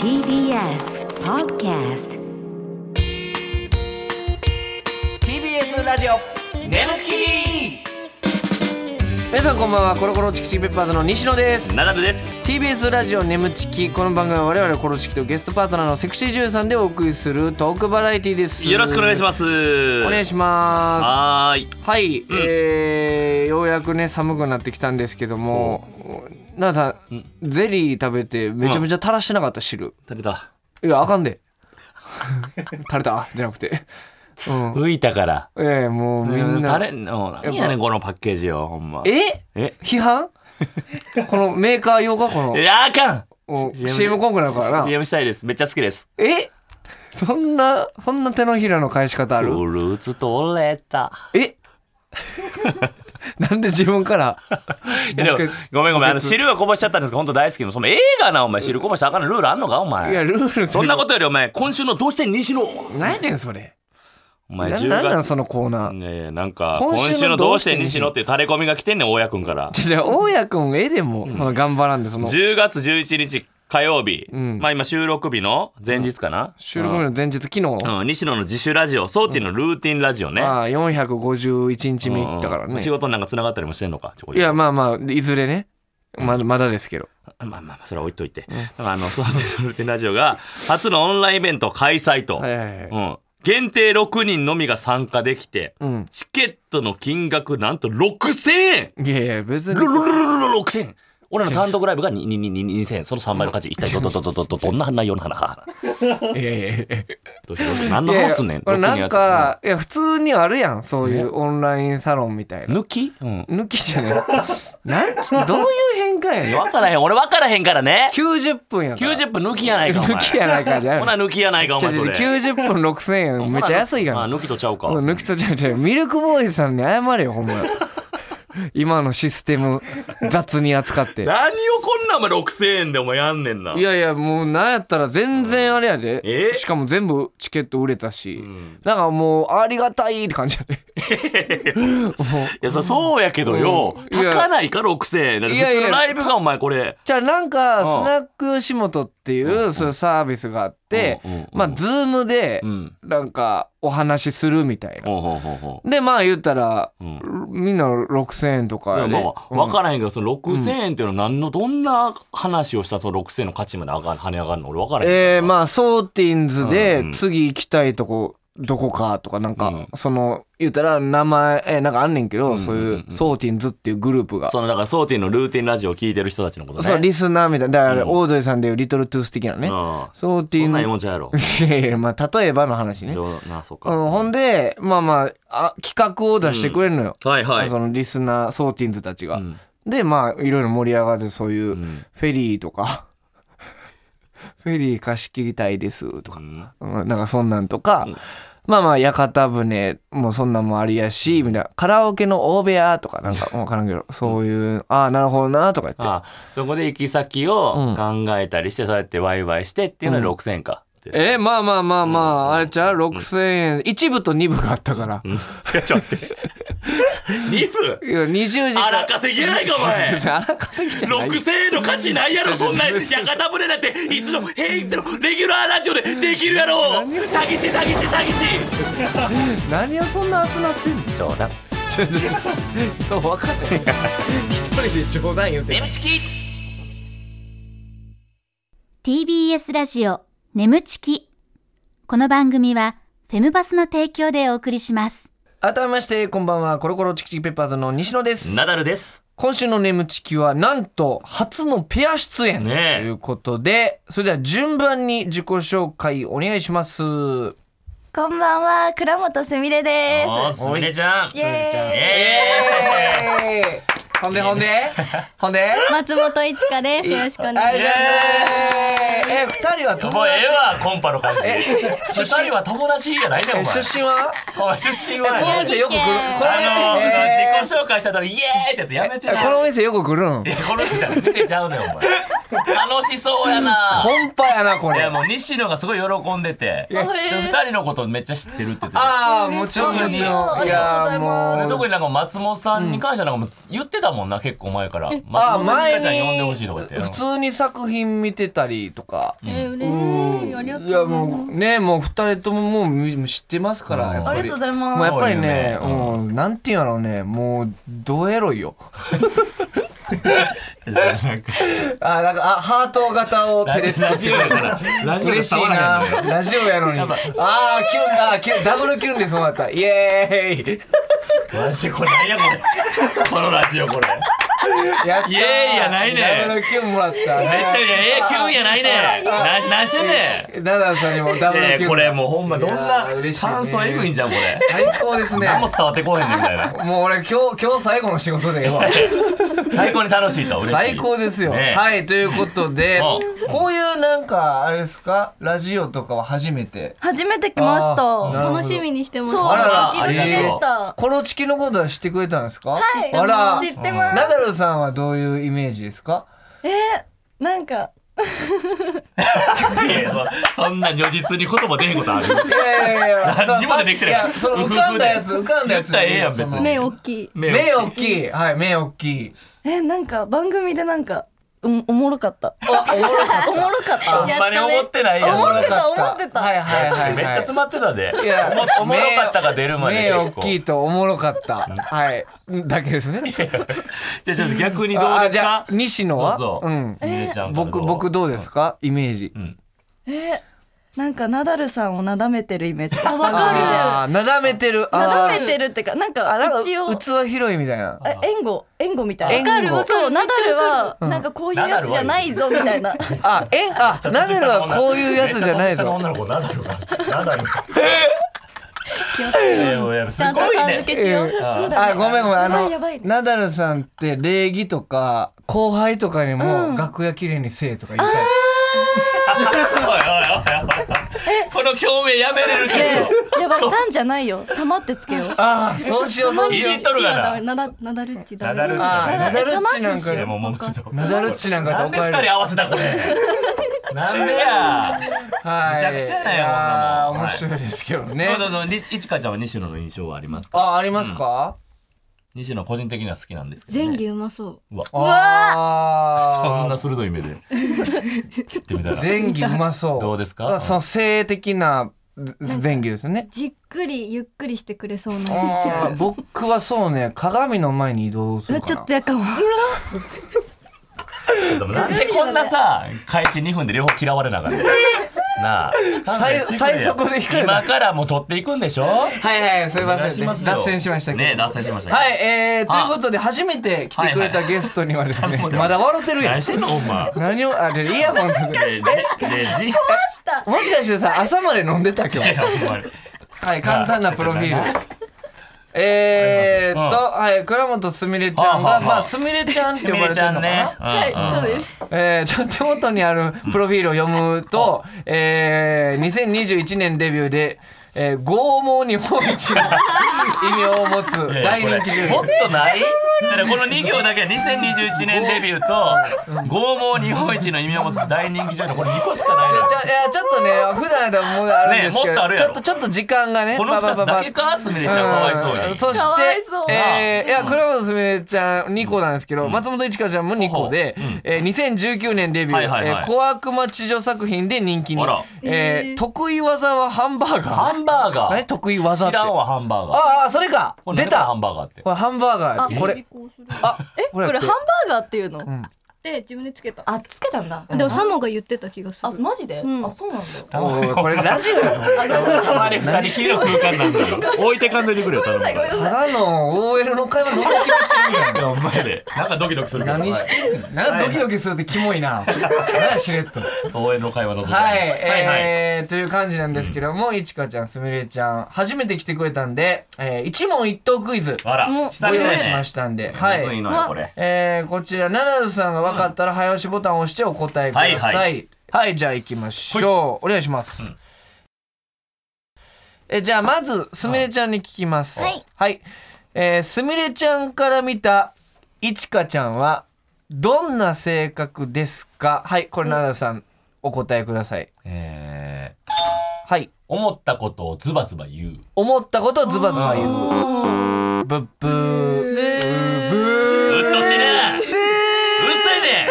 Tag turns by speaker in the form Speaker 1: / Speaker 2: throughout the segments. Speaker 1: TBS Podcast
Speaker 2: TBS ラジオ
Speaker 3: ムチ
Speaker 2: 皆さんこんばんはコロコロチキチキペッパーズの西野です
Speaker 3: キナダルです
Speaker 2: TBS ラジオ眠ちきこの番組は我々コロチキとゲストパートナーのセクシージュンさんでお送りするトークバラエティです
Speaker 3: よろしくお願いしますす
Speaker 2: お願いしま
Speaker 3: はーい
Speaker 2: すはい、えー、ようやくね寒くなってきたんですけども奈々さんゼリー食べてめちゃめちゃ垂らしてなかった汁
Speaker 3: 食べた
Speaker 2: いやあかん で垂れたじゃなくてうん
Speaker 3: 浮いたから
Speaker 2: ええもうみんな
Speaker 3: 誰の何やねんこのパッケージよほんま
Speaker 2: え
Speaker 3: え
Speaker 2: 批判 このメーカー用かこの
Speaker 3: いやあかん
Speaker 2: お CM コンクなるからな
Speaker 3: CM したいですめっちゃ好きです
Speaker 2: えそんなそんな手のひらの返し方あ
Speaker 3: フ
Speaker 2: る
Speaker 3: ルーツ取れた
Speaker 2: えなんで自分から
Speaker 3: いやでも
Speaker 2: 僕
Speaker 3: ごめんごめんあの汁はこぼしちゃったんですけど本当大好きなその映画なお前汁こぼしたらあかんのルールあんのかお
Speaker 2: いや
Speaker 3: 前
Speaker 2: ルール
Speaker 3: そんなことよりお前今週のどうして西野
Speaker 2: と何やねんそれ
Speaker 3: お
Speaker 2: な
Speaker 3: 前
Speaker 2: なん
Speaker 3: 10
Speaker 2: なん
Speaker 3: 月
Speaker 2: そのコーナー
Speaker 3: ねえなんか
Speaker 2: 今
Speaker 3: 今
Speaker 2: 週の
Speaker 3: 週のどうし
Speaker 2: どうして
Speaker 3: て
Speaker 2: 西
Speaker 3: 西
Speaker 2: 野
Speaker 3: 野っていうタレコミが来てんねん大家君から
Speaker 2: じゃあ大家君ええでもその頑張らんでその
Speaker 3: 10月11日火曜日、
Speaker 2: ん
Speaker 3: まあ今収録日の前日かな、
Speaker 2: 収録日の前日昨日
Speaker 3: うんうん西野の自主ラジオソーティのルーティンラジオね、
Speaker 2: まあ451日目だから
Speaker 3: うんうん
Speaker 2: ね
Speaker 3: 仕事なんかつながったりもしてんのかちょこ
Speaker 2: い
Speaker 3: ちょこ
Speaker 2: やまあまあいずれねまだまだですけど
Speaker 3: まあまあまあそれは置いといて、だからあのソーティのルーティンラジオが初のオンラインイベント開催と、
Speaker 2: はいはいはい
Speaker 3: うん、限定6人のみが参加できて、
Speaker 2: うん
Speaker 3: チケットの金額なんと6000円
Speaker 2: いやいや別に
Speaker 3: ルルルルルル6000円俺の単独ライブが2000円その3倍の価値一体どどどどどどどんな内容の花
Speaker 2: いやいやいや
Speaker 3: どうしよう何の話すんねん
Speaker 2: いやいやこれ
Speaker 3: 六人
Speaker 2: な
Speaker 3: や
Speaker 2: ん
Speaker 3: つ
Speaker 2: か、いや、普通にあるやん。そういうオンラインサロンみたいな。
Speaker 3: 抜きうん。
Speaker 2: 抜きじゃない。 なんち、どういう変換やねん。
Speaker 3: 分からへん。俺分からへんからね。
Speaker 2: 90分やから。
Speaker 3: 90分抜きやないか、お前。
Speaker 2: 抜きやないかじゃ
Speaker 3: ほ
Speaker 2: な。
Speaker 3: ない抜きやないか、お
Speaker 2: ちょ
Speaker 3: 前
Speaker 2: ち
Speaker 3: そ
Speaker 2: ょ
Speaker 3: れ。
Speaker 2: 90分6000円めっちゃ安いが
Speaker 3: あ、
Speaker 2: な。
Speaker 3: 抜きとちゃうか。
Speaker 2: うん抜きとちゃうちゃう。ミルクボーイさんに謝れよ、ほんま。今のシステム雑に扱って。
Speaker 3: 何をこんなんまで6000円でお前やんねんな。
Speaker 2: いやいやもうなんやったら全然あれやで、
Speaker 3: え
Speaker 2: しかも全部チケット売れたし、
Speaker 3: ん
Speaker 2: なんかもうありがたいって感じやで
Speaker 3: いやそそうやけどよ。
Speaker 2: うんいや
Speaker 3: 高ないか、6000円。だって
Speaker 2: い
Speaker 3: 普
Speaker 2: や
Speaker 3: 通
Speaker 2: いや
Speaker 3: のライブがお前これ。
Speaker 2: じゃあなんか
Speaker 3: うん
Speaker 2: スナック吉本っていうそういうサービスがあって
Speaker 3: うんうんうん
Speaker 2: まあズームで
Speaker 3: うん。
Speaker 2: なんかお話しするみたいな。
Speaker 3: ほうほうほうほ
Speaker 2: でまあ言ったら
Speaker 3: う。うん。
Speaker 2: みんな6,000円とか
Speaker 3: い
Speaker 2: や
Speaker 3: や
Speaker 2: で、
Speaker 3: まあ、分からへんけど、その6000円っていうのは何の、どんな話をしたらその6000円の価値まで上が跳ね上がるの俺分からへんから。
Speaker 2: えー、まあソーティンズ
Speaker 3: う
Speaker 2: で
Speaker 3: んうん
Speaker 2: 次行きたいとこどこかとかなんか、
Speaker 3: うん
Speaker 2: その言ったら名前、えーなんかあんねんけど、
Speaker 3: んうんうん
Speaker 2: そういうソーティンズっていうグループが。
Speaker 3: その、だから、ソーティのルーティンラジオを聞いてる人たちのことね。
Speaker 2: そうリスナーみたいなだから
Speaker 3: うん
Speaker 2: オードリーさんでいうリトルトゥース的な
Speaker 3: う
Speaker 2: ね、
Speaker 3: ん。
Speaker 2: ソーティ
Speaker 3: そ
Speaker 2: ン
Speaker 3: んなんええもんちゃうやろ。
Speaker 2: いやいやまあ例えばの話ね
Speaker 3: 冗談なあそうか。
Speaker 2: うん、ほんでまあまああ企画を出してくれるのよ、
Speaker 3: はいはい。
Speaker 2: そのリスナーソーティンズたちが、
Speaker 3: ん
Speaker 2: でまあいろいろ盛り上がってそういうフ
Speaker 3: ん
Speaker 2: ェリーと かフェリー貸し切りたいですとか、
Speaker 3: うん
Speaker 2: うんなんかそんなんとか、まあまあ屋形船もそんなんもありやしみたいなカラオケの大部屋とかなんか分からんけどそういうああなるほどなとか言って。
Speaker 3: あそこで行き先を考えたりして、そうやってワイワイしてっていうので6000円か。え
Speaker 2: えまあまあまあまあ、あれちゃう6,000円、一部と二部があったから、い
Speaker 3: ちょっと待って。リブ
Speaker 2: や20時か
Speaker 3: 荒稼ぎやないかお 前
Speaker 2: 別に 荒稼ぎじゃないよ
Speaker 3: !6000 円の価値ないやろそんなや つ屋形船なんていつの平日のレギュラーラジオでできるやろ詐欺師詐欺師詐欺師
Speaker 2: 何をそんな集まってんの
Speaker 3: 冗談。
Speaker 2: ちょちょちょ分かってへん一人で冗談言うて
Speaker 3: ネムチキ
Speaker 4: TBS ラジオ眠ちきこの番組はフェムバスの提供でお送りします
Speaker 2: 改めましてこんばんはコロコロチキチキペッパーズの西野です
Speaker 3: ナダルです。
Speaker 2: 今週の「眠チキ」はなんと初のペア出演と
Speaker 3: ねえ
Speaker 2: いうことで、それでは順番に自己紹介お願いしますお
Speaker 5: こんばんは、倉本すみれで
Speaker 3: おー、すみれちゃん。
Speaker 5: す。イ
Speaker 3: えー
Speaker 2: ほんでほんでほんで
Speaker 5: 松本いつかです。よろしくお願い
Speaker 2: はい
Speaker 5: しま
Speaker 2: じゃあえ二人は友
Speaker 3: もうえ
Speaker 2: 達
Speaker 3: えわ、コンパの感じ。
Speaker 2: 出
Speaker 3: 二
Speaker 2: 身
Speaker 3: 人は友達やないねん、お
Speaker 2: え
Speaker 3: 前。
Speaker 2: 出身は
Speaker 3: お前出身は
Speaker 2: こ
Speaker 3: ね
Speaker 2: の店よく来るこの
Speaker 3: あの、
Speaker 2: えー
Speaker 3: 自己紹介したためイエーイってやつやめてな
Speaker 2: この店よく来るん
Speaker 3: いやこの人じゃ見てちゃうねんお前楽しそうやな
Speaker 2: コンパやなこ
Speaker 3: い
Speaker 2: れ
Speaker 3: やもう西野がすごい喜んでて
Speaker 2: え
Speaker 3: 二人のことめっちゃ知ってるって言ってて
Speaker 2: ああもちろんもちろん
Speaker 5: ありがとうございます
Speaker 2: やもう
Speaker 3: 特になんか松本さんに関してはなんかもう言ってたもんな結構前から松
Speaker 2: あ
Speaker 3: 本さんちゃん
Speaker 2: 前に
Speaker 3: 呼んでほしいとか言って
Speaker 2: 普通に作品見てたりとか、
Speaker 5: えー、嬉しい。ありがとう
Speaker 2: いやもうねもう二人とももう知ってますから、
Speaker 3: うん
Speaker 2: やっぱり
Speaker 5: ありがとうございます
Speaker 2: もうやっぱりね
Speaker 3: そうよね
Speaker 2: うん、なんていうのねもうどエロい よあなんかあハート型を手で使
Speaker 3: ラ
Speaker 2: って
Speaker 3: ジオやから ラジオで
Speaker 2: 嬉しい
Speaker 3: 触ら
Speaker 2: な
Speaker 3: へんのよ
Speaker 2: ラジオやのにあーキュンあーキュンダブルキュンですもらったイエーイ
Speaker 3: マジこれ何やこれこのラジオこれ
Speaker 2: やった
Speaker 3: イエーイやないね
Speaker 2: ダブルキュンもらった
Speaker 3: めっちゃええキュンやな いねな何してんね
Speaker 2: ナダルさんにもダ
Speaker 3: ん
Speaker 2: ブルキュン、
Speaker 3: ねえこれもうほんまどんない
Speaker 2: やー嬉しいね
Speaker 3: 感想えぐいんじゃんこれ
Speaker 2: 最高ですね
Speaker 3: 何も伝わってこうへんねんみたいな
Speaker 2: もう俺今日今日最後の仕事 でええわ
Speaker 3: 最高に楽しいと嬉しい
Speaker 2: 最高ですよ、
Speaker 3: ねえ
Speaker 2: はいということで
Speaker 3: う
Speaker 2: こういうなんかあれですかラジオとかは初めて
Speaker 5: 初めて来まし
Speaker 2: あーなる
Speaker 5: た。
Speaker 2: ほど
Speaker 5: 楽しみにしてます。
Speaker 3: あらら
Speaker 5: ドキドキでした。
Speaker 2: コロチキのことは知ってくれたんですかはいあら
Speaker 5: 知ってます
Speaker 2: ナダルさんはどういうイメージですか
Speaker 5: なんか、
Speaker 3: いやいやそそんな如実に言葉出へんことある
Speaker 2: いやいやいや
Speaker 3: 何にも出てきてな
Speaker 2: い
Speaker 3: い
Speaker 2: やその浮かんだやつ浮かんだやつ
Speaker 3: 言ったらええやん別に
Speaker 2: その
Speaker 5: 目大きい。
Speaker 3: 目
Speaker 2: 目大きいはい目大きい
Speaker 5: え、なんか、番組でなんか、うんおもろかった。
Speaker 2: あおもろかっ
Speaker 5: おもろかった。
Speaker 3: ほんまに思ってないやん
Speaker 5: 思って
Speaker 2: た
Speaker 5: た
Speaker 2: おもろか
Speaker 5: 思ってた
Speaker 2: はいはいはい、はい、
Speaker 3: めっちゃ詰まってたで
Speaker 2: いや
Speaker 3: おもおもろかったが出るまで
Speaker 2: 目大
Speaker 3: 結構
Speaker 2: きいとおもろかったはいだけですね
Speaker 3: じゃあちょっと逆にどうですか
Speaker 2: 西野は
Speaker 3: そうそううんすみれちゃんからど
Speaker 2: 僕
Speaker 3: う
Speaker 2: 僕どうですかイメージ
Speaker 5: え、なんか、ナダルさんをなだめてるイメージです。
Speaker 4: わかる
Speaker 2: あーなだめてる
Speaker 5: なだ
Speaker 2: あー
Speaker 5: めてるってか、なんか、一応、
Speaker 2: 器広いみたいな
Speaker 5: え援護、援護みたい
Speaker 2: 援護わ
Speaker 5: な。
Speaker 2: かるわか
Speaker 5: そう、ナダルは、なんかこういうやつじゃないぞ、みたいな。
Speaker 2: あえんあナダルはこういうやつじゃない
Speaker 3: めっちゃ年下の
Speaker 2: ぞ
Speaker 3: 女の子ナダルがナダル いやいやすごいね
Speaker 5: けしよう。
Speaker 2: うん
Speaker 5: そうだ
Speaker 2: あ
Speaker 5: ね。
Speaker 2: ごめんごめんあの
Speaker 5: やばい やばい
Speaker 2: ナダルさんって礼儀とか後輩とかにも楽屋きれいにせえとか言いたい
Speaker 3: おいおいおいおいこの共鳴やめれるけど
Speaker 5: やばい、さんじゃないよ。様ってつけよう。
Speaker 2: あーそうしようそうしよ
Speaker 3: 言
Speaker 2: う
Speaker 3: っとるがな
Speaker 5: なだナダルッチだ。
Speaker 3: ナダルッチ
Speaker 2: あーナダ
Speaker 3: だね
Speaker 2: ルッチなんか
Speaker 3: いやもうもうちょっと
Speaker 2: ナダルッチなんか
Speaker 3: な
Speaker 2: と
Speaker 3: んで二人合わせたこれなんでや
Speaker 2: はい
Speaker 3: めちゃくちゃやないい
Speaker 2: や
Speaker 3: こんなも
Speaker 2: ー面
Speaker 3: ん
Speaker 2: 白いですけどね、
Speaker 3: どうぞどうぞいちかちゃんは西野の印象はありますか
Speaker 2: あありますか、
Speaker 3: 西野個人的には好きなんですけど
Speaker 6: 前
Speaker 3: ね
Speaker 6: 戯うまそう
Speaker 3: うわそん
Speaker 2: あ
Speaker 3: な鋭い目で切ってみたら
Speaker 2: 前儀うまそう
Speaker 3: どうですか
Speaker 2: あその性的な前儀ですよ ね
Speaker 6: じっくりゆっくりしてくれそうな
Speaker 2: あー僕はそうね鏡の前に移動するか
Speaker 6: ち
Speaker 2: な
Speaker 6: ょっとやかも
Speaker 3: でもなんでこんなさ開始2分で両方嫌われなあかったなあ
Speaker 2: 最最速で光るな
Speaker 3: 今からもう取っていくんでしょお
Speaker 2: はいはいすいま
Speaker 3: 願い
Speaker 2: せん、ね、
Speaker 3: ますよ
Speaker 2: 脱線しましたけど
Speaker 3: ね脱線しました
Speaker 2: はいいえー、と
Speaker 3: あ
Speaker 2: いうことで初めて来てくれたゲストにはですね、
Speaker 3: はいはい
Speaker 2: まだ笑ってるやん
Speaker 3: 何してんのほんま
Speaker 2: 何をあれイヤホンとか
Speaker 3: でででじい
Speaker 2: もしかしてさ朝まで飲んでた今日
Speaker 3: やほんまに
Speaker 2: はい、簡単なプロフィール。えーっと、はい、倉本すみれちゃん
Speaker 3: はあは
Speaker 2: が、
Speaker 3: あはあ
Speaker 2: まあ、すみれちゃんって呼ばれてるのかな。
Speaker 3: はいそうです
Speaker 2: えー、ちょっと手元にあるプロフィールを読むと、えー、2021年デビューで、えー、剛毛日本一の異名を持つ大人気女
Speaker 3: もっ
Speaker 2: 優。
Speaker 3: とない だからこの2行だけは2021年デビューと剛毛日本一の意味を持つ大人気女優のこれ2個しかない
Speaker 2: ち
Speaker 3: の
Speaker 2: ょ
Speaker 3: よ
Speaker 2: ちょいやちょっとね普段だともうあるんですけ
Speaker 3: ねもっとあ
Speaker 2: ど、
Speaker 3: る
Speaker 2: ち
Speaker 3: や
Speaker 2: ょっ
Speaker 3: ろ
Speaker 2: とちょっと時間がね
Speaker 3: この2つだけかすみれちゃんかわいそう
Speaker 2: う
Speaker 3: に
Speaker 2: んそして
Speaker 5: かわいそう
Speaker 2: えーいや倉本すみれちゃん2個なんですけど、松本一華ちゃんも2個で、えー2019年デビュー、
Speaker 3: はいはいはい
Speaker 2: えー小悪魔地女作品で人気に
Speaker 3: あら、
Speaker 2: えー得意技はハンバーガ
Speaker 3: ハ
Speaker 2: ー
Speaker 3: ンバーガ
Speaker 2: 何
Speaker 3: ー
Speaker 2: 得意技っ
Speaker 3: 知
Speaker 2: て
Speaker 3: らん
Speaker 2: あ
Speaker 3: わハンバーガー
Speaker 2: あそれか
Speaker 3: こ
Speaker 2: 出
Speaker 3: れ何だハ
Speaker 2: た
Speaker 3: ンバーガーって
Speaker 2: これハンバーガーこれあこ
Speaker 5: これハンバ
Speaker 2: ー
Speaker 5: ーガーっていうの。
Speaker 6: で自分でつけた
Speaker 5: あ、つけたんだ。
Speaker 6: でもサモが言ってた気がす
Speaker 5: あ、
Speaker 6: る
Speaker 5: マジで。
Speaker 6: うん
Speaker 5: あ、そうなんだ。
Speaker 2: これラジオやぞ
Speaker 3: たまに二人きりの空間なんだよ。置いてかんといてくれよ、頼むから。
Speaker 2: ただの OL の会話のぞき見してるやん
Speaker 3: いやお前で。なんかドキドキするけど。
Speaker 2: 何してんのなんかドキドキするってキモいな何やしれっと
Speaker 3: おい応援の会話のこと
Speaker 2: はい、
Speaker 3: はい。
Speaker 2: えーという感じなんですけども、いちかちゃん、すみれちゃん、初めて来てくれたんで、えー一問一答クイズ、
Speaker 3: あら、久
Speaker 2: ご
Speaker 3: 々
Speaker 2: 用
Speaker 3: や
Speaker 2: 意し
Speaker 3: ね
Speaker 2: ましたんで、は
Speaker 3: はい。むずい
Speaker 2: い。
Speaker 3: のよ、これ。
Speaker 2: えーこちら、ナダルさんが分かったら、早押しボタンを押してお答えください。は、
Speaker 3: はいい
Speaker 2: は
Speaker 3: はい
Speaker 2: じゃあ行きましょう。お願いします。えじゃあ、まず、すみれちゃんに聞きます。はい。はい。えーすみれちゃんから見た、いちかちゃんは、どんな性格ですかはいこれ奈良さんお答えください
Speaker 3: えー、
Speaker 2: はい
Speaker 3: 思ったことをズバズバ言う。
Speaker 2: 思ったことをズバズバ言うブッブーブー
Speaker 3: うっとしいね。うるさいね。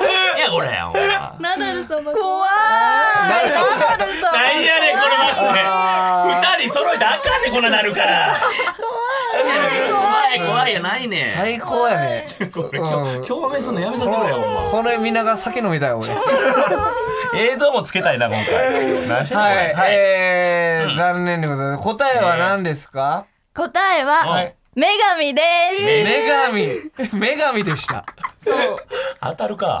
Speaker 3: 何やこれ。お前
Speaker 6: ナダル様
Speaker 5: 怖い
Speaker 2: なる
Speaker 3: なんやねんこれマジで。二人揃えてあかんねんこんななるから。怖い怖いやないねん。
Speaker 2: 最高や ね
Speaker 3: これ今日共鳴するのやめさせろよお
Speaker 2: このみんなが酒飲みたい俺
Speaker 3: 前。映像もつけたいな今回。何してんのこ
Speaker 2: はい、
Speaker 3: れ。はい。
Speaker 2: えー残念でございます答えは何ですか、
Speaker 5: 答え
Speaker 3: は
Speaker 5: はい女神です
Speaker 3: えー
Speaker 2: 女神女神でした
Speaker 3: 当たるか。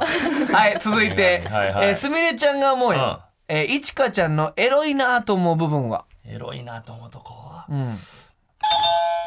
Speaker 2: はい続いて、
Speaker 3: はいはい
Speaker 2: えーすみれちゃんが思う、
Speaker 3: うん
Speaker 2: えーいちかちゃんのエロいなと思う部分は
Speaker 3: エロいなと思うとこは。
Speaker 2: うん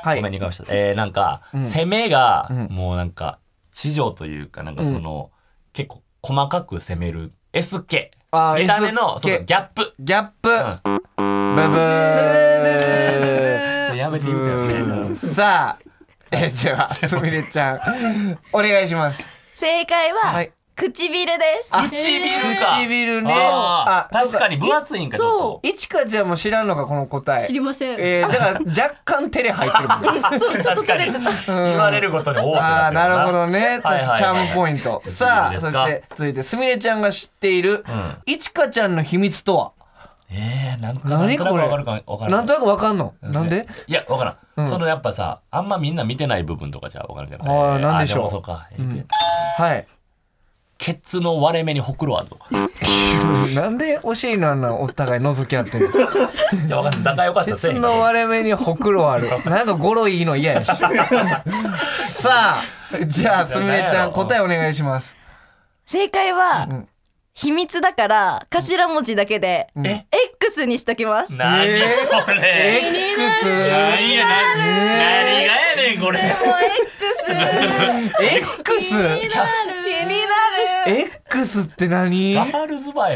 Speaker 2: は
Speaker 3: ごめん
Speaker 2: い
Speaker 3: にかました。えー、なんか、攻めが、もうなんか、地上というか、なんかその、結構細かく攻める SK。
Speaker 2: あー
Speaker 3: 見た目の、
Speaker 2: SK
Speaker 3: そのギャップ。
Speaker 2: ギャップ、
Speaker 3: う
Speaker 2: ブブー
Speaker 3: やめてみたよね。
Speaker 2: さあ、えーで はすみれちゃんお願いします
Speaker 5: 正解
Speaker 2: は
Speaker 5: はい唇です
Speaker 2: あ
Speaker 3: 唇か。
Speaker 2: 唇ね
Speaker 3: あー
Speaker 2: あそう
Speaker 3: 確かに分厚いんか、ちょっと。
Speaker 2: いちかちゃんも知らんのかこの答え
Speaker 6: 知りません、
Speaker 2: えー、だから若干テレ入ってるもん
Speaker 3: 確かに。言われることに多く
Speaker 2: ああ
Speaker 3: なってる
Speaker 2: なるほどね
Speaker 3: はいはいはい
Speaker 2: 私チャームポイントさ
Speaker 3: いい
Speaker 2: あ
Speaker 3: で
Speaker 2: そ
Speaker 3: すか
Speaker 2: して続いてすみれちゃんが知っている
Speaker 3: ん
Speaker 2: いちかちゃんの秘密とは
Speaker 3: えー、なんか、なん
Speaker 2: 何
Speaker 3: と
Speaker 2: こ
Speaker 3: なく
Speaker 2: れ
Speaker 3: わかるかわかる
Speaker 2: なんとなくわかんのなんで
Speaker 3: いや、わからん。そのやっぱさ、あんまみんな見てない部分とかじゃわからんけど。
Speaker 2: あーなんでしょう
Speaker 3: あもそうか。
Speaker 2: はい
Speaker 3: ケツの割れ目にほくろあるとか。
Speaker 2: なんでお尻の穴をお互い覗き合って る
Speaker 3: じゃあ分かんない。仲良かったせい
Speaker 2: 鉄
Speaker 3: に。
Speaker 2: の割れ目にほくろ あるなんかゴロいいの嫌や しさあじゃあすみれちゃん答えお願いします
Speaker 5: 正解は、
Speaker 2: ん
Speaker 5: 秘密だから頭文字だけで、
Speaker 3: え
Speaker 5: X にしときます
Speaker 3: 何
Speaker 2: えー
Speaker 3: それ、何
Speaker 2: X
Speaker 3: やな何がやねんこれ
Speaker 5: X 気になる
Speaker 2: X
Speaker 5: 気になる
Speaker 2: X って何い
Speaker 3: ガ
Speaker 2: や
Speaker 3: ールズバー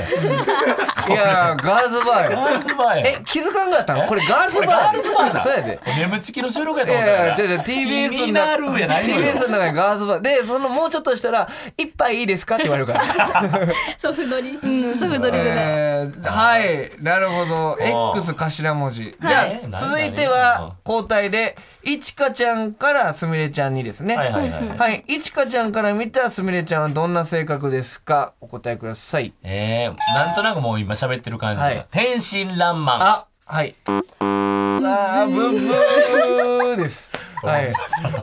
Speaker 2: ガ
Speaker 3: や
Speaker 2: ールズバー
Speaker 3: ガ
Speaker 2: よ
Speaker 3: ールズバーや
Speaker 2: え気づかんかったのこれガールズ
Speaker 3: こ
Speaker 2: バー
Speaker 3: れガールズバーだ
Speaker 2: そうやで
Speaker 3: 眠ちきの収録や
Speaker 2: い
Speaker 3: と思った
Speaker 2: やいや、
Speaker 3: か
Speaker 2: 違う違う、
Speaker 3: ら
Speaker 2: TBS
Speaker 3: 気にな
Speaker 2: な
Speaker 3: るやないのよ
Speaker 2: TBS の中でガールズバー。で、そのもうちょっとしたら、一杯いいですかって言われるから。
Speaker 6: ソフトリ
Speaker 5: うんすぐドリブル
Speaker 2: えーはい、なるほど。
Speaker 3: あー
Speaker 2: X 頭文字。じゃ
Speaker 3: なんだ
Speaker 2: あ、
Speaker 3: ね
Speaker 2: 続いては、交代で、いちかちゃんからすみれちゃんにですね。
Speaker 3: はいはいはい、
Speaker 2: はい、いちかちゃんから見たすみれちゃんはどんな性格ですかお答えください。
Speaker 3: えー、なんとなくもう今喋ってる感じ、
Speaker 2: はい
Speaker 3: 天真爛漫
Speaker 2: あ、はい。あー、ブンブーです。はい。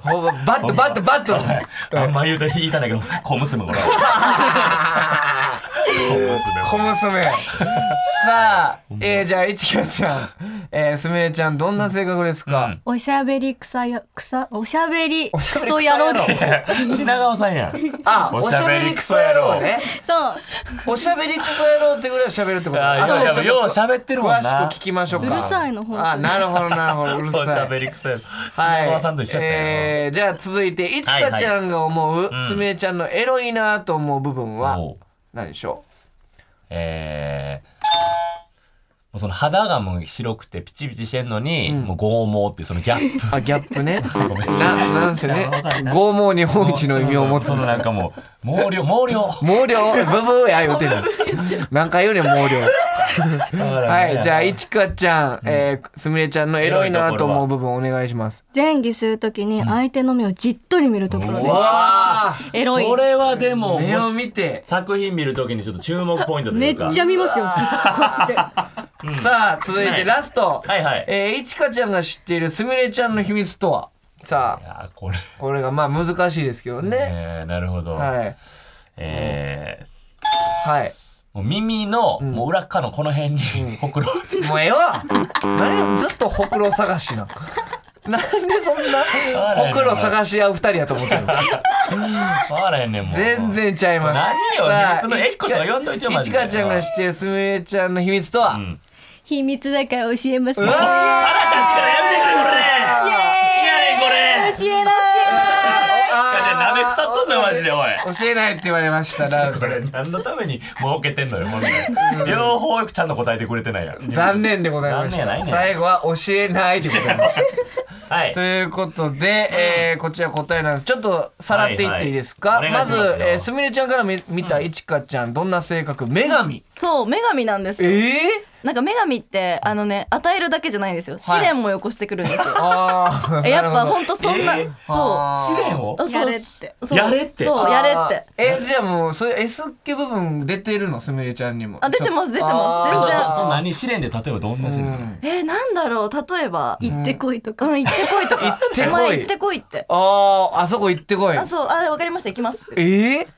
Speaker 2: ほぼバット、バット、バット。
Speaker 3: あんま言うと言いたないけど小娘これ
Speaker 2: 小娘。さあ、えー、じゃあ、いちかちゃん、えー、すみれちゃん、どんな性格ですか、
Speaker 3: うん
Speaker 6: おしゃべり草や草おしゃべり
Speaker 2: お
Speaker 6: ク
Speaker 2: しゃべり
Speaker 6: ソ野郎で
Speaker 2: クソ野郎
Speaker 3: 品川さんやん
Speaker 2: あ、おしゃべりクソ野郎ね。
Speaker 5: そう
Speaker 2: おしゃべりクソ野郎ってぐらい喋るってこと
Speaker 3: あ
Speaker 2: あ
Speaker 3: ー
Speaker 2: と
Speaker 3: で
Speaker 2: で
Speaker 3: も
Speaker 2: ち
Speaker 3: よう
Speaker 2: ょっと
Speaker 3: 喋ってるもんな
Speaker 2: 詳しく聞きましょうか。
Speaker 6: うるさいの本当に
Speaker 2: あ、なるほど、なるほど、うる
Speaker 3: おし
Speaker 2: さ
Speaker 3: ゃ
Speaker 2: い。
Speaker 3: べりくさい。
Speaker 2: は
Speaker 3: 品
Speaker 2: い
Speaker 3: 川さんと一緒やったよ
Speaker 2: えー、じゃあ続いていちかちゃんが思うすみれちゃんのエロいなと思う部分は
Speaker 3: もう
Speaker 2: 何でしょ
Speaker 3: えーもうその肌がもう白くてピチピチしてんのに、もう剛毛っていうそのギャップ
Speaker 2: うあギャップね
Speaker 3: ごめん
Speaker 2: ななんてね剛毛日本一の意味を持つ
Speaker 3: そのなんかもう毛量毛量
Speaker 2: 毛 量ブブーや言うてる何回言うねん毛量はいじゃあいちかちゃん、えー、すみれちゃんのエロいなと思う部分お願いします
Speaker 6: 前戯するときに相手の目をじっとり見るところ
Speaker 3: う
Speaker 6: で
Speaker 3: わー
Speaker 6: エロい
Speaker 3: それはでも
Speaker 2: 目
Speaker 3: も
Speaker 2: を
Speaker 3: し
Speaker 2: 見て
Speaker 3: 作品見るときにちょっと注目ポイントと
Speaker 6: め
Speaker 3: い
Speaker 6: っ
Speaker 3: うか
Speaker 6: ちゃ見ますよ
Speaker 2: さあ続い
Speaker 3: は
Speaker 2: て
Speaker 3: い
Speaker 2: ラスト、
Speaker 3: はいはい
Speaker 2: えー、いちかちゃんが知っているすみれちゃんの秘密とはさ
Speaker 3: い
Speaker 2: あ
Speaker 3: やーこれ
Speaker 2: これがまあ難しいですけどね
Speaker 3: えー、なるほど、
Speaker 2: はい
Speaker 3: えー
Speaker 2: はい
Speaker 3: もう耳の、もう裏っ側のこの辺に、ほくろ。
Speaker 2: もうええわ何ずっとほくろ探しなんなんでそん なほくろ探し合う二人やと思ってる
Speaker 3: わからへんねん、もう。
Speaker 2: 全。然ちゃいます
Speaker 3: 何よ、秘密のエッコ
Speaker 2: い
Speaker 3: ス
Speaker 2: ち
Speaker 3: とか
Speaker 2: か
Speaker 3: 呼んどいてよ、
Speaker 2: いちかちゃんが知っているすみれちゃんの秘密とは、
Speaker 3: ん
Speaker 6: 秘密だから教えます
Speaker 2: うわ
Speaker 3: 腹立つからやめてくれこれいやねんこれ
Speaker 6: 教えない
Speaker 3: じゃあ鍋腐っとんなマジでおい
Speaker 2: ー教えないって言われましたな
Speaker 3: これ何のために儲けて んのよほんで両方よくちゃんと答えてくれてないやん
Speaker 2: 残念でございまし
Speaker 3: 残念やない
Speaker 2: た
Speaker 3: ね
Speaker 2: 最後は教えないでございました
Speaker 3: はい
Speaker 2: ということで、えーこちら答えなのでちょっとさらっていっていいですか、
Speaker 3: はいはいお願いしますよ
Speaker 2: ず、えー、すみれちゃんから見見たいちかちゃんどんな性格女神
Speaker 5: そう女神なんですよ
Speaker 2: え
Speaker 5: なんか女神ってあのね与えるだけじゃないんですよ試練もよこしてくるんですよ、
Speaker 2: あー
Speaker 5: えやっぱほ
Speaker 2: ん
Speaker 5: んとそんな、そう
Speaker 3: 試練を
Speaker 5: あそう
Speaker 6: やれって
Speaker 5: そう
Speaker 3: やれって
Speaker 5: そうやれって
Speaker 2: えじゃあもうそれ S っ気部分出てるのすみれちゃんにも
Speaker 5: あ出てます出てます
Speaker 2: あー
Speaker 5: 全然
Speaker 2: あ
Speaker 3: そんなに試練で例えばどんな試練なの
Speaker 5: えー、なんだろう例えば
Speaker 6: 行ってこいとか
Speaker 5: うん、行ってこいとか。
Speaker 2: てこい
Speaker 5: お前行ってこいって。
Speaker 2: あーあそこ行ってこい
Speaker 5: あ、そう、あ、わかりました、行きますって。
Speaker 2: え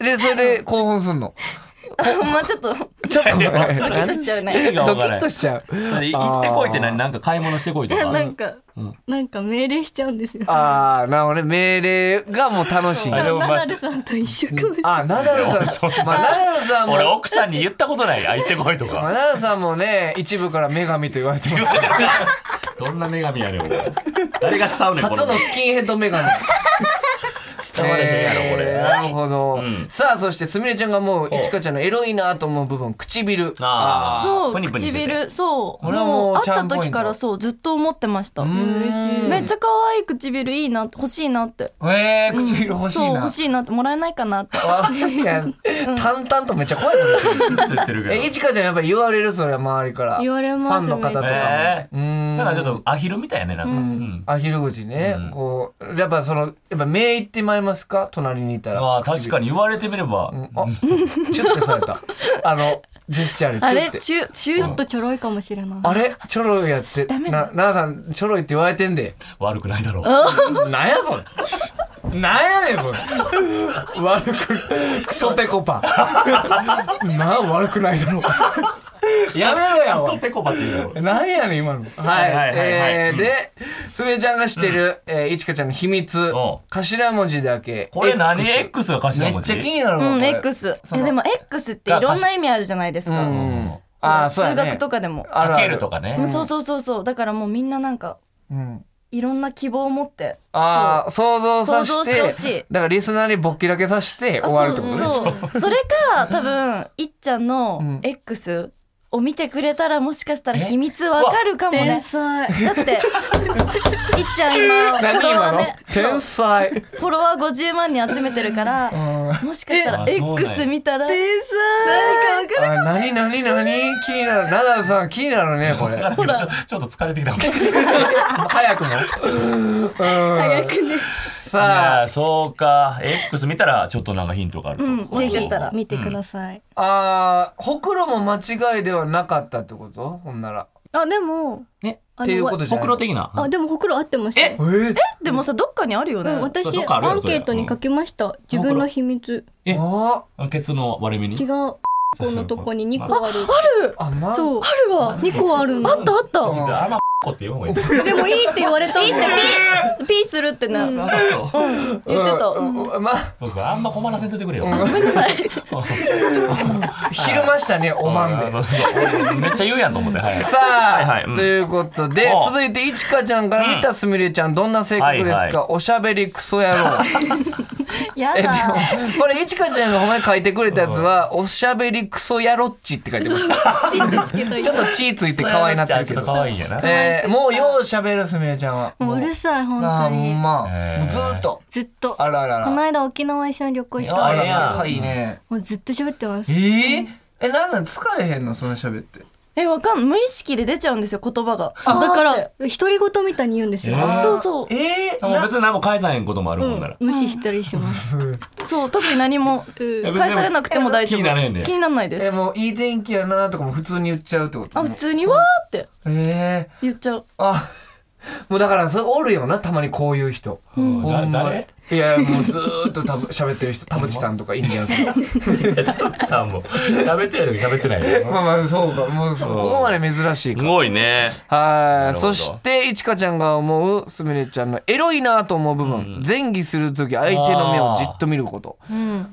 Speaker 2: ー、でそれで興奮すんの
Speaker 5: まあ、ちょっと、ド
Speaker 2: ちょっとド キ
Speaker 5: キッとしちゃうね。
Speaker 3: 意味がわ
Speaker 2: ドキ
Speaker 3: から
Speaker 2: ッ
Speaker 3: な
Speaker 2: と
Speaker 3: い
Speaker 2: しちゃう
Speaker 3: 行ってこいって何なんか買い物してこいとか
Speaker 6: なんか、なんか命令しちゃうんですよ。
Speaker 2: ああなるほどね命令がもう楽しい
Speaker 3: あれ
Speaker 6: ナ
Speaker 3: をま
Speaker 6: ダルさんと一緒かもしれない。
Speaker 2: あナダルさんまあナダルさんも
Speaker 3: 俺奥さんに言ったことないあ行ってこいと
Speaker 2: まあナ
Speaker 3: か
Speaker 2: ダルさんもね一部から女神と言われてます
Speaker 3: どんな女神やねんお前誰が慕うねんこ
Speaker 2: 初のスキンヘッド女神
Speaker 3: 慕われへんやろこ
Speaker 2: えー
Speaker 3: れ
Speaker 2: なるほど、
Speaker 3: ん
Speaker 2: さあそしてすみれちゃんがもういちかちゃんのエロいなと思う部分唇
Speaker 3: あー
Speaker 5: そう、
Speaker 3: プニプニしてて
Speaker 5: 唇、そう。
Speaker 2: これはもう
Speaker 5: もう、
Speaker 2: チャ
Speaker 5: 会
Speaker 2: ー
Speaker 5: っ
Speaker 2: ム
Speaker 5: た
Speaker 2: ポイン
Speaker 5: 時
Speaker 2: ト
Speaker 5: からそう、ずっと思ってました。めっちゃ可愛い唇いいな、欲しいなって。
Speaker 2: えー、唇欲しい
Speaker 5: そう、
Speaker 2: な、
Speaker 5: 欲しいなって、もらえないか なって。
Speaker 2: あいや淡々とめっちゃ怖いこと言ってる
Speaker 3: 言ってるけど
Speaker 2: えいちかちゃんやっぱり言われるそれは周りから
Speaker 6: 言われます
Speaker 2: ファンの方とかも、
Speaker 3: え
Speaker 2: うーん
Speaker 3: ーなんかちょっとアヒルみたいやねなんかうん
Speaker 2: アヒル口ね、こうやっぱそのやっぱ目いってまいりますか隣にいたら、
Speaker 3: まあ確かに言われてみれば
Speaker 2: あ チュッてされたあのジェスチャーでチ
Speaker 5: あ
Speaker 2: ュッ
Speaker 5: れ、
Speaker 2: て
Speaker 5: チュ、チ
Speaker 6: ちょ
Speaker 5: ュ
Speaker 6: っとちょろいかもしれない。
Speaker 2: あれチョロいやって
Speaker 5: ダメ
Speaker 2: な
Speaker 5: な
Speaker 2: 奈々さんチョロいって言われてんで
Speaker 3: 悪くないだろう
Speaker 2: なんやそれ。なんやねんこれ。悪く、クソペコパ。 な悪くないだろう。やめろや
Speaker 3: 嘘
Speaker 2: お
Speaker 3: ペコパって言うだろ
Speaker 2: い。なんやねん今の。は
Speaker 3: はいはい
Speaker 2: い。
Speaker 3: はいはい
Speaker 2: えー
Speaker 3: うん
Speaker 2: で、すみれちゃんがしてる、えーいちかちゃんの秘密
Speaker 3: ん。
Speaker 2: 頭文字だけ。
Speaker 3: これ何
Speaker 2: X
Speaker 3: X が頭
Speaker 2: め
Speaker 3: 文
Speaker 2: っ
Speaker 3: 字
Speaker 2: ちゃ気になるわ。
Speaker 5: う
Speaker 2: こ
Speaker 5: ん、
Speaker 2: れ
Speaker 5: X。
Speaker 2: その
Speaker 5: え、でも、X っていろんな意味あるじゃないです
Speaker 2: う
Speaker 5: か。
Speaker 2: ん。あー、そうや
Speaker 5: 数
Speaker 2: ね。
Speaker 5: 学とかでも。
Speaker 2: あるあ
Speaker 3: か
Speaker 2: る
Speaker 3: けるとかね
Speaker 5: うんそうそうそうそう。だからもうみんななんか、
Speaker 2: うん。
Speaker 5: いろんな希望を持って。
Speaker 2: ああ、想像さ
Speaker 5: 想像
Speaker 2: せ
Speaker 5: してほ
Speaker 2: て
Speaker 5: しい
Speaker 2: だからリスナーにボッキだけさせて終わるってことね。
Speaker 5: そうそうそれか多分いっちゃんの X を見てくれたらもしかしたら秘密わかるかも
Speaker 6: 天
Speaker 5: ね
Speaker 6: 才。
Speaker 5: だっていっちゃん今フ
Speaker 2: 何
Speaker 5: ォロ
Speaker 2: 今
Speaker 5: ワー
Speaker 2: の
Speaker 5: ねそう
Speaker 2: 天才。
Speaker 5: フォロワー50万人集めてるからもしかしたら
Speaker 3: えあそうなんや
Speaker 5: X 見たら天才何かわか
Speaker 2: あ、なになになに気になる。ナダルさん気になるね、こ れ。
Speaker 3: ほらちょっと疲れ てきた
Speaker 2: 早くも。早くね。さ
Speaker 3: あ
Speaker 2: あ、
Speaker 3: あそうか X 見たらちょっとなんかヒントがあると、
Speaker 5: うん もしかしたら
Speaker 6: 見てください。
Speaker 2: あーほくろも間違いではなかったってことほんなら。
Speaker 6: あ、でも、
Speaker 3: ね
Speaker 6: あの
Speaker 2: っていうことじゃ
Speaker 3: ほ
Speaker 2: ない
Speaker 3: くろ的な
Speaker 6: あ、でもほくろ合ってましたよ。
Speaker 2: えー
Speaker 5: るでもさどっかにあるよ
Speaker 6: うん、
Speaker 5: ね
Speaker 6: 私
Speaker 3: それどっかあるや
Speaker 6: ア
Speaker 3: ろ
Speaker 6: ンケートに書きました。
Speaker 3: れ
Speaker 6: 自分の秘密。
Speaker 3: え
Speaker 2: あ
Speaker 3: ケツの割れ目に
Speaker 6: 違う。このとこに2個ある。
Speaker 2: あま
Speaker 6: そう。
Speaker 5: あるわ
Speaker 6: 2個あるの。あったあっ
Speaker 2: あ
Speaker 6: た
Speaker 3: じゃあまこって言う方がいいです
Speaker 6: でもいいって言われたんだ。いいって
Speaker 5: ピーするってね
Speaker 3: あそう
Speaker 5: 言ってた
Speaker 2: うんまあ、
Speaker 3: そうかあんま困らせんといてくれよ
Speaker 2: ひるましたね、おまんで。
Speaker 3: そうそうそう俺めっちゃ言うやんと思ってはい
Speaker 2: さあ、
Speaker 3: はいはいうん
Speaker 2: ということで
Speaker 3: おう
Speaker 2: 続いていちかちゃんから見たすみれちゃんどんな性格ですか、
Speaker 3: はいはい
Speaker 2: おしゃべりクソ野郎
Speaker 5: や
Speaker 2: えでも
Speaker 5: だ
Speaker 2: これいちかちゃんがほんまに書いてくれたやつは「おしゃべりクソ野郎っち」って書いてます
Speaker 6: つけとい
Speaker 2: ち
Speaker 6: て
Speaker 2: ょっと血ついて可愛いなってるけ
Speaker 3: ちょっと
Speaker 2: ど
Speaker 3: 可愛いんやな
Speaker 2: えー、もうようしゃべるすみれちゃんは
Speaker 6: もううる
Speaker 2: い
Speaker 6: さい、本
Speaker 2: あ
Speaker 6: 当
Speaker 2: ーほん
Speaker 6: に。
Speaker 2: ま、
Speaker 3: えー
Speaker 2: もうずーっと
Speaker 6: ずっと。
Speaker 2: あらあらあ
Speaker 6: この
Speaker 2: ら
Speaker 6: 間沖縄一緒に旅行行った
Speaker 2: あ
Speaker 6: んで
Speaker 2: ら
Speaker 6: す
Speaker 2: ら
Speaker 6: け
Speaker 2: かいいね
Speaker 6: ど、もうずっと喋ってます
Speaker 2: え。ー、えなんなん疲れへんのそのしゃべって
Speaker 5: えわかん無意識で出ちゃうんですよ言葉がだ
Speaker 6: だか
Speaker 5: から
Speaker 6: ら、独り言みたいに言うんですよ。
Speaker 3: え
Speaker 5: そうそう
Speaker 2: えー、
Speaker 3: もう
Speaker 2: な
Speaker 3: 別に何も返さへんこともあるもんなら、
Speaker 6: 無視したりします。
Speaker 5: そう特に何も
Speaker 3: や
Speaker 5: 返
Speaker 3: 別に
Speaker 5: されなくても大丈夫
Speaker 3: 気にならへんね
Speaker 5: 気にならないで
Speaker 2: え
Speaker 5: す
Speaker 2: もういい天気やなとかも普通に言っちゃうってこと
Speaker 5: あ普通にわーって
Speaker 2: ええ
Speaker 5: 言っちゃう
Speaker 2: あ もうだからそれおるよなたまにこういう人、
Speaker 3: うん
Speaker 2: ほんま
Speaker 3: 誰
Speaker 2: いやいやもうずーっとたぶ喋ってる人田淵さんとかインディアンさんとか
Speaker 3: さあもう喋ってない時喋ってないよ
Speaker 2: まあまあそうかもうそここまで珍しいか
Speaker 3: ごいね
Speaker 2: は
Speaker 3: ないるほ
Speaker 2: そ
Speaker 3: ど
Speaker 2: していちかちゃんが思うすみれちゃんのエロいなと思う部分、前儀する時相手の目をじっと見ること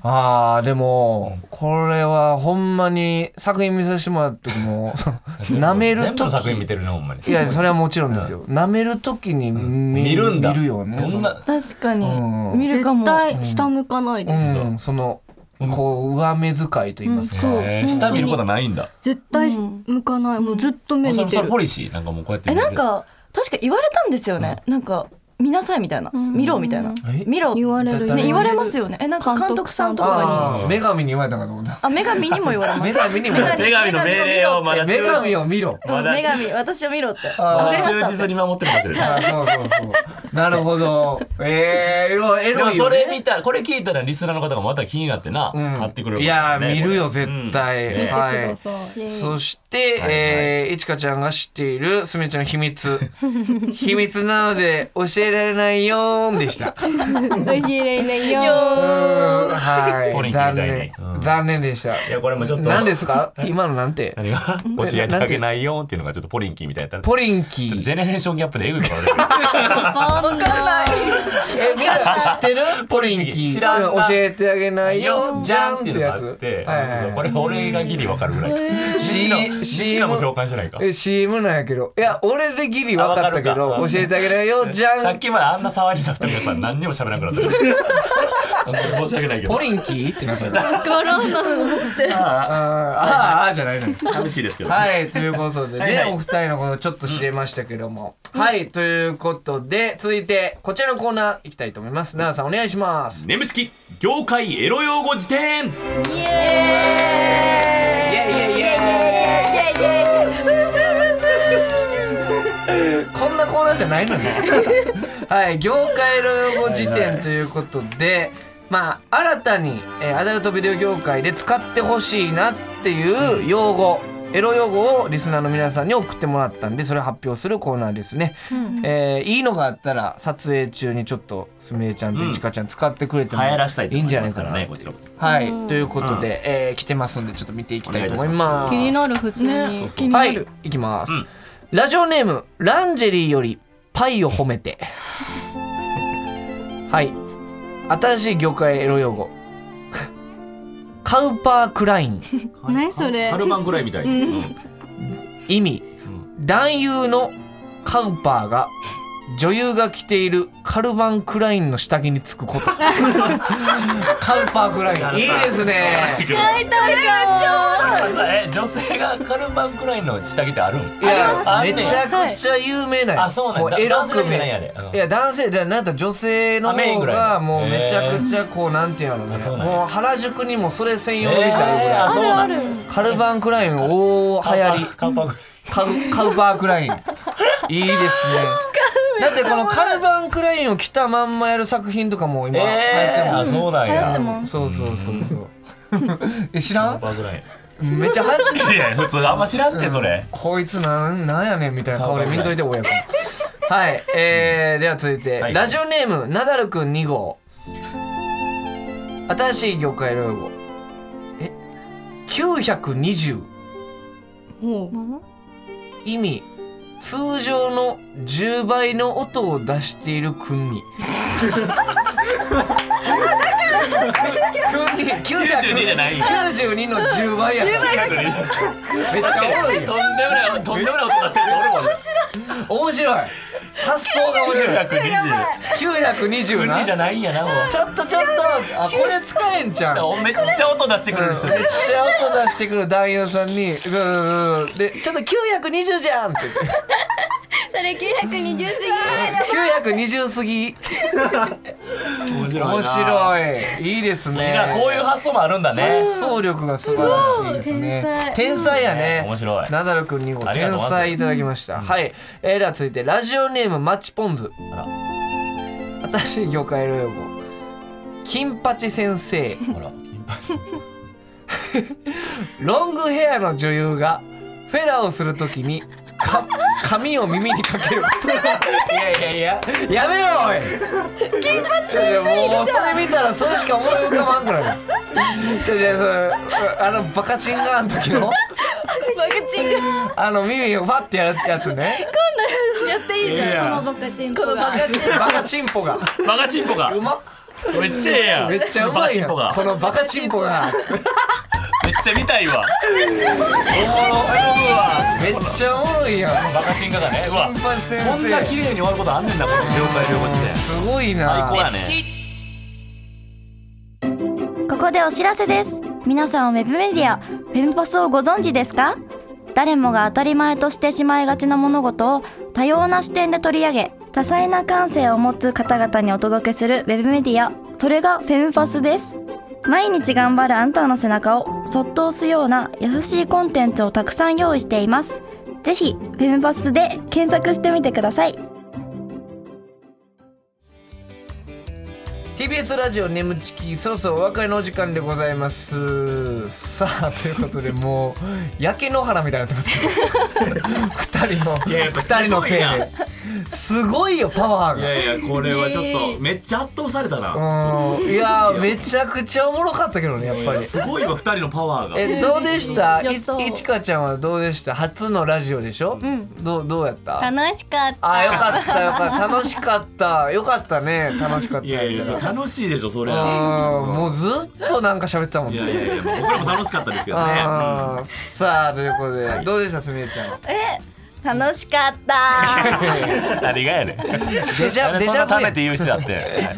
Speaker 2: あーでもこれはほんまに作品見させてもらって もその舐める
Speaker 3: 全部の
Speaker 2: 時
Speaker 3: 作品見てるなほんまに
Speaker 2: いやそれはもちろんですよ、舐める時に見,、
Speaker 3: 見るんだ
Speaker 2: 見るよね
Speaker 3: どんな
Speaker 5: 確か
Speaker 2: う
Speaker 5: に
Speaker 2: ん
Speaker 5: 見るかも
Speaker 6: 絶対下向かないです。
Speaker 2: うん、そのこう上目遣いと言いますか、
Speaker 6: そう。
Speaker 3: えー下見ることはないんだ
Speaker 6: 絶対向かない。もうずっと目
Speaker 3: そ
Speaker 6: 見
Speaker 3: れ
Speaker 6: て
Speaker 3: それ
Speaker 6: る
Speaker 3: ポ。リシーなんかもうこうやって
Speaker 5: え
Speaker 3: 見てる
Speaker 5: なんか確か言われたんですよねなんか見なさいみたいな、見ろみたいな、
Speaker 3: え
Speaker 5: 見ろ
Speaker 6: 言われる
Speaker 5: ね、言われますよねえなんか監督さんとか
Speaker 2: ああ女神に言われたんかと思った
Speaker 5: にあ女神にも言われます
Speaker 2: 女神にも 言われ
Speaker 5: 女
Speaker 3: 女神の命令をまだ
Speaker 2: た女神を見ろ
Speaker 5: うん
Speaker 3: まだ
Speaker 5: 女神私を見ろって
Speaker 2: あ
Speaker 5: わかりまし
Speaker 3: 忠
Speaker 5: た
Speaker 3: 実に守ってるかもしれない
Speaker 2: あそうそうそうなるほどええー、エ
Speaker 3: で
Speaker 2: ロ
Speaker 3: も
Speaker 2: い
Speaker 3: そ
Speaker 2: よ、
Speaker 3: れ
Speaker 2: ね、
Speaker 3: 見たこれ聞いたらリスナーの方がまた気になってな、
Speaker 2: うん
Speaker 3: 貼ってくれる
Speaker 2: いやー見るよ絶対、
Speaker 3: うんね
Speaker 2: はい
Speaker 6: そう
Speaker 2: そして、えーいちかちゃんが知っているすみれちゃんの秘密 秘密なので教えられないよーんでした
Speaker 6: 美味しいれないよ
Speaker 2: うーんは
Speaker 3: ポ
Speaker 2: い
Speaker 3: リンキー
Speaker 2: 残
Speaker 3: みたいに
Speaker 2: 念、
Speaker 3: うん
Speaker 2: 残念でした
Speaker 3: いやこれもちょっと
Speaker 2: 何ですか今のなんて
Speaker 3: 何が教えてあげないよっていうのがちょっとポリンキーみたいやったらちょ
Speaker 2: ポリンキ
Speaker 3: っと
Speaker 2: ー
Speaker 3: ジェネレーションギャップでえぐい から
Speaker 2: えみんな知って るポリンキー
Speaker 3: 知らんな
Speaker 2: うん教えてあげないよ
Speaker 3: よ
Speaker 2: じゃんってや
Speaker 3: あっ
Speaker 2: つ
Speaker 3: て、
Speaker 2: はい
Speaker 3: これ俺がギリわかるぐらい、西野
Speaker 2: C-
Speaker 3: 西野も共感してないか
Speaker 2: え CM なんやけどいや俺でギリ分かったけ
Speaker 3: あ分か
Speaker 2: ど
Speaker 3: るか
Speaker 2: 教えてあげないよじゃ
Speaker 3: さっ
Speaker 2: ん
Speaker 3: きまであんな騒ぎだった皆さん何にも喋らなくな った本当に申し訳ないけど
Speaker 2: ポリンキーってなったあ
Speaker 3: あ
Speaker 2: ああーあーじゃないのよ
Speaker 3: ー寂しいですけど、
Speaker 2: はい、ということでね、
Speaker 3: はいはい
Speaker 2: お二人のことちょっと知れましたけども。はい、ということで、続いて、こちらのコーナー行きたいと思います。奈々さん、お願いします。
Speaker 3: 眠ちき業界エロ用語辞典
Speaker 2: イェイイェイイェイ こんなコーナーじゃないの ね。はい、業界の用語辞典ということで、まあ、新たに、えーアダルトビデオ業界で使ってほしいなっていう用語、エロ用語をリスナーの皆さんに送ってもらったんで、それを発表するコーナーですね。えーいいのがあったら、撮影中にちょっと、すみれちゃんといちかちゃん使ってくれても
Speaker 3: 流行らしたい
Speaker 2: いいんじゃないかな。
Speaker 3: ねこちらも
Speaker 2: はい、ということで、えー来てますんでちょっと見ていきたいと思います。
Speaker 6: 気になる普通に、
Speaker 2: はい、いきます、ラジオネームランジェリーよりパイを褒め て。はい、新しい業界エロ用語。 カウパークライン
Speaker 6: 何それ
Speaker 3: カルマンぐらいみたいに、うん
Speaker 2: 意味、男優のカウパーが女優が着ているカルバンクラインの下着につくこと カウパークラインいいですね
Speaker 3: え女性がカルバンクラインの下着ってあるん
Speaker 2: いや
Speaker 3: あり
Speaker 2: め
Speaker 3: ます
Speaker 2: ちゃくちゃ有名なんよ
Speaker 3: あそうなんや
Speaker 2: も
Speaker 3: だ
Speaker 2: エロく
Speaker 3: 男性だけじゃないんやでうん
Speaker 2: いや男性じゃなんと女性の
Speaker 3: あメイン
Speaker 2: 方
Speaker 3: ぐ
Speaker 2: が
Speaker 3: らい
Speaker 2: もうめちゃくちゃこうなんていうのね
Speaker 3: あそうなんや
Speaker 2: もう原宿にもそれ専
Speaker 3: え
Speaker 2: 用の店あるぐ
Speaker 3: ー
Speaker 2: ら
Speaker 3: あ
Speaker 2: い
Speaker 3: そうなんや
Speaker 2: カルバンクライン大流行り
Speaker 3: カルバンクライン
Speaker 2: カウカウパークラインいいですねだってこのカルバンクラインを着たまんまやる作品とかも今流行って
Speaker 3: え
Speaker 2: る
Speaker 3: ー、
Speaker 2: も
Speaker 3: あ
Speaker 2: ん
Speaker 3: そうなんや
Speaker 5: 流行っても
Speaker 2: そうそうそうそうえ知ら
Speaker 3: カルバンクライン
Speaker 2: んめっちゃ流行ってる
Speaker 3: いや普通あんま知らんってそれ、
Speaker 2: こいつなんなんやねんみたいな顔で見んといて親子 はい、えー、では続いて、
Speaker 3: はい
Speaker 2: ラジオネームナダルくん2号新しい業界用語え920
Speaker 6: ほう
Speaker 2: 意味通常の10倍の音を出しているくん にくんに
Speaker 3: 92じゃ
Speaker 2: 900
Speaker 3: ない
Speaker 2: 92の10倍やからめっちゃ 多いよ
Speaker 3: とんでもないとんでもない音出してる俺も
Speaker 2: 面白い発想が面白い920
Speaker 3: 92じゃ
Speaker 2: な
Speaker 3: ないんやなもう
Speaker 2: ちょっとちょっとあこれ使えんじゃん、うん
Speaker 3: めっちゃ音出してく
Speaker 2: め
Speaker 3: れる
Speaker 2: っち
Speaker 3: 人
Speaker 2: ゃ音出してくる男優さんに「ブーブーブーでちょっと920じゃん!」って
Speaker 6: それ920す
Speaker 2: 言って920過ぎ
Speaker 3: 面白
Speaker 2: 面白いいいです
Speaker 3: いいな
Speaker 2: ね
Speaker 3: こういう発想もあるんだね
Speaker 2: 発想力が素晴らしいですね天才やね
Speaker 3: ね面白い
Speaker 2: ナダル君にご
Speaker 3: ありがとう
Speaker 2: 天
Speaker 3: ござい
Speaker 2: 才
Speaker 3: ます
Speaker 2: いただきましたはい、えー、では続いてラジオネームマッチポンズ
Speaker 3: あら
Speaker 2: 新しい業界の用語金八先生
Speaker 3: ほら
Speaker 2: ロングヘアの女優がフェラをするときにか髪を耳にかけることいやいやいややめよおい金髪もうそれ見たらそれしか思い浮かばんくらいじゃじゃそれあのバカチンガーの時 の
Speaker 5: バカチンが
Speaker 2: あの耳をパッてやるやつね
Speaker 5: やっていいじゃん
Speaker 6: このバカチン
Speaker 5: こ
Speaker 6: ポ
Speaker 5: のバ
Speaker 6: が
Speaker 5: カチン
Speaker 2: バカチンポが
Speaker 3: バカチンポが
Speaker 2: うま
Speaker 3: めっちゃええやん
Speaker 2: めっちゃうまいやん
Speaker 3: バカチンポが
Speaker 2: このバカチンポが
Speaker 3: めっちゃ見たいわおもろ頼むわ
Speaker 2: めっちゃおもろいやん
Speaker 3: バカチンガがねうわ
Speaker 2: 金八先生
Speaker 3: こんな綺麗に終わることあんねんなこの業界両国です
Speaker 2: ごいな
Speaker 3: 最高やね
Speaker 5: ここでお知らせです。皆さんはウェブメディア、ウェブパスをご存知ですか誰もが当たり前としてしまいがちな物事を多様な視点で取り上げ、多彩な感性を持つ方々にお届けするウェブメディアそれがフェムパスです毎日頑張るあんたの背中をそっと押すような優しいコンテンツをたくさん用意していますぜひフェムパスで検索してみてください
Speaker 2: TBS ラジオ眠ちきそろそろお別れのお時間でございますさあということでもう焼け野原みたいになってますけど二人の
Speaker 3: いややっぱ
Speaker 2: 二
Speaker 3: すごい
Speaker 2: 人の
Speaker 3: な
Speaker 2: せいですごいよパワー
Speaker 3: い
Speaker 2: が
Speaker 3: やいやこれはちょっとめっちゃ圧倒されたな
Speaker 2: うんいやーめちゃくちゃおもろかったけどねやっぱり
Speaker 3: すごいわ二人のパワーが
Speaker 2: えどうでした
Speaker 6: や
Speaker 2: い
Speaker 6: った
Speaker 2: いちかちゃんはどうでした初のラジオでしょ、どうどうやった
Speaker 6: 楽しかった
Speaker 2: あよかったよかった楽しかったよかったね楽しかった
Speaker 3: いやいやそう楽しいでしょそれ
Speaker 2: あーもうずっとなんか喋ってたもん
Speaker 3: い
Speaker 2: ね
Speaker 3: やいやいや僕らも楽しかったですけどね
Speaker 2: あーさあということで、どうでしたすみれちゃんは
Speaker 5: 楽しかった
Speaker 7: あれがやねん。
Speaker 2: デジャデジャ
Speaker 7: 食
Speaker 2: ブ
Speaker 7: べ
Speaker 2: や
Speaker 7: て言う人だって。はい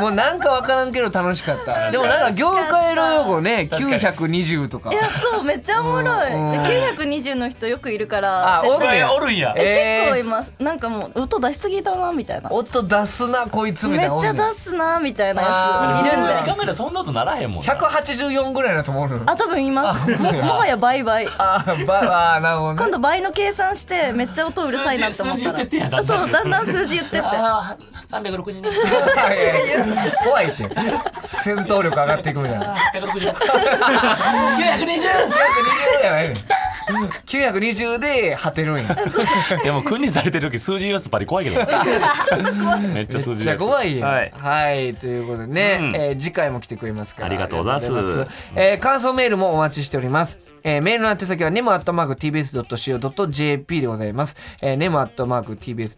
Speaker 2: もうなんかわからんけど楽しかったでもなんか業界の用語ね920とか
Speaker 5: そうめっちゃおもろい
Speaker 2: うん
Speaker 5: 920の人よくいるか
Speaker 2: あ おるんや
Speaker 7: おるんや。
Speaker 5: え結構
Speaker 2: え
Speaker 5: いますなんかもう音出しすぎだなみたいな
Speaker 2: ー、音出すなこいつみ
Speaker 5: め
Speaker 2: た
Speaker 5: っ
Speaker 2: いな
Speaker 5: ちゃ出
Speaker 2: す
Speaker 5: すなみたいな
Speaker 2: あ
Speaker 5: や
Speaker 2: ー
Speaker 5: ついるん
Speaker 7: 普通に
Speaker 5: で
Speaker 7: カメラそんなことならへんもん な。
Speaker 2: 184ぐらいだと思うの
Speaker 5: あ多分いますももはや倍倍
Speaker 2: あーばあーなるほど
Speaker 5: 今
Speaker 2: ね
Speaker 5: 度倍の計算してめっちゃ音うるさいなって思った
Speaker 7: 数字数字言
Speaker 5: ら
Speaker 7: ってってやだんだん
Speaker 5: そうだんだん数字言ってって
Speaker 7: ああ、三百六十二。
Speaker 2: いやいや怖いって戦闘力上がっていくみたいな
Speaker 7: 三百六十二。九百二
Speaker 2: 920やないねん920で果てるん
Speaker 7: 十。
Speaker 2: や
Speaker 7: でも訓にされてる時数字言うやつパリ怖い けど。ちょっと怖い。めっちゃ数
Speaker 2: めっ
Speaker 7: 字言う
Speaker 2: ち
Speaker 7: や
Speaker 2: ゃ
Speaker 7: つ。
Speaker 2: 怖いよ。は
Speaker 7: はいい、。
Speaker 2: ということでね、
Speaker 7: うん
Speaker 2: えー次回も来てくれますから。
Speaker 7: ありがとうございます
Speaker 2: ありがとうございまえー感想メールもお待ちしております。えーメールの宛先は nemo.tbs.co.jp でございます。えー、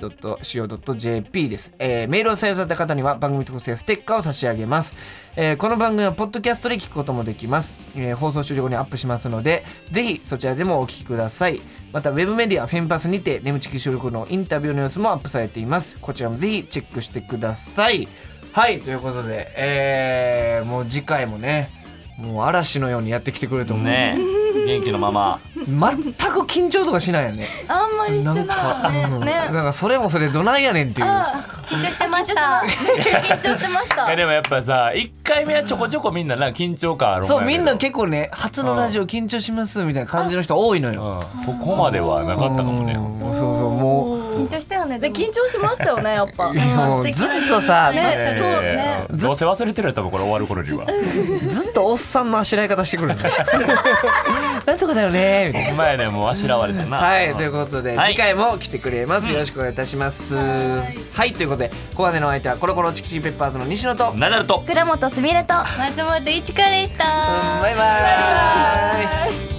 Speaker 2: nemo.tbs.co.jp です、えーメールを採用された方には番組特製ステッカーを差し上げます。えーこの番組はポッドキャストで聞くこともできます。えー放送終了後にアップしますので、ぜひそちらでもお聞きください。またウェブメディアフェンパスにてネムチキ収録のインタビューの様子もアップされていますこちらもぜひチェックしてくださいはいということでえー、もう次回もねもう嵐のようにやってきてくれると思う、
Speaker 7: ねえ、元気のまま。
Speaker 2: 全く緊張とかしないよね
Speaker 5: あんまりして
Speaker 2: な
Speaker 5: ない
Speaker 2: んか、うん
Speaker 5: ね
Speaker 2: なんかそれもそれどないやねんっていう
Speaker 5: 緊張してましためっちゃ緊張してまし
Speaker 7: いや
Speaker 5: た
Speaker 7: でもやっぱさ、一回目はちょこちょこみんなな緊張感あるも
Speaker 2: そうみんな
Speaker 7: 結
Speaker 2: 結構ね初のラジオ緊張しますみたいな感じの人多いのよ
Speaker 7: 構ここまではなかったかもね。
Speaker 2: うんそうそうも
Speaker 6: 緊張したよね
Speaker 5: で
Speaker 6: でも
Speaker 5: 緊張しましたよねやっぱ
Speaker 2: ういやもうずっとさ、
Speaker 5: ね
Speaker 7: ええ
Speaker 5: そうね
Speaker 7: どうせ忘れてるよ多分これ終わる頃に は。
Speaker 2: ずっとおっさんのあしらい方してく るのなんとかだよねみたいな
Speaker 7: お前ねもうあしらわれてな。
Speaker 2: はい、
Speaker 7: うん
Speaker 2: ということで、
Speaker 7: はい
Speaker 2: 次回も来てくれます。よろしくお願いいたします。はい、ということで、ここまでのお相手はコロコロチキチキペッパーズの西野と。うん
Speaker 7: ナダルと
Speaker 5: 倉本すみれと
Speaker 6: 松本一華でした
Speaker 2: バイバイ。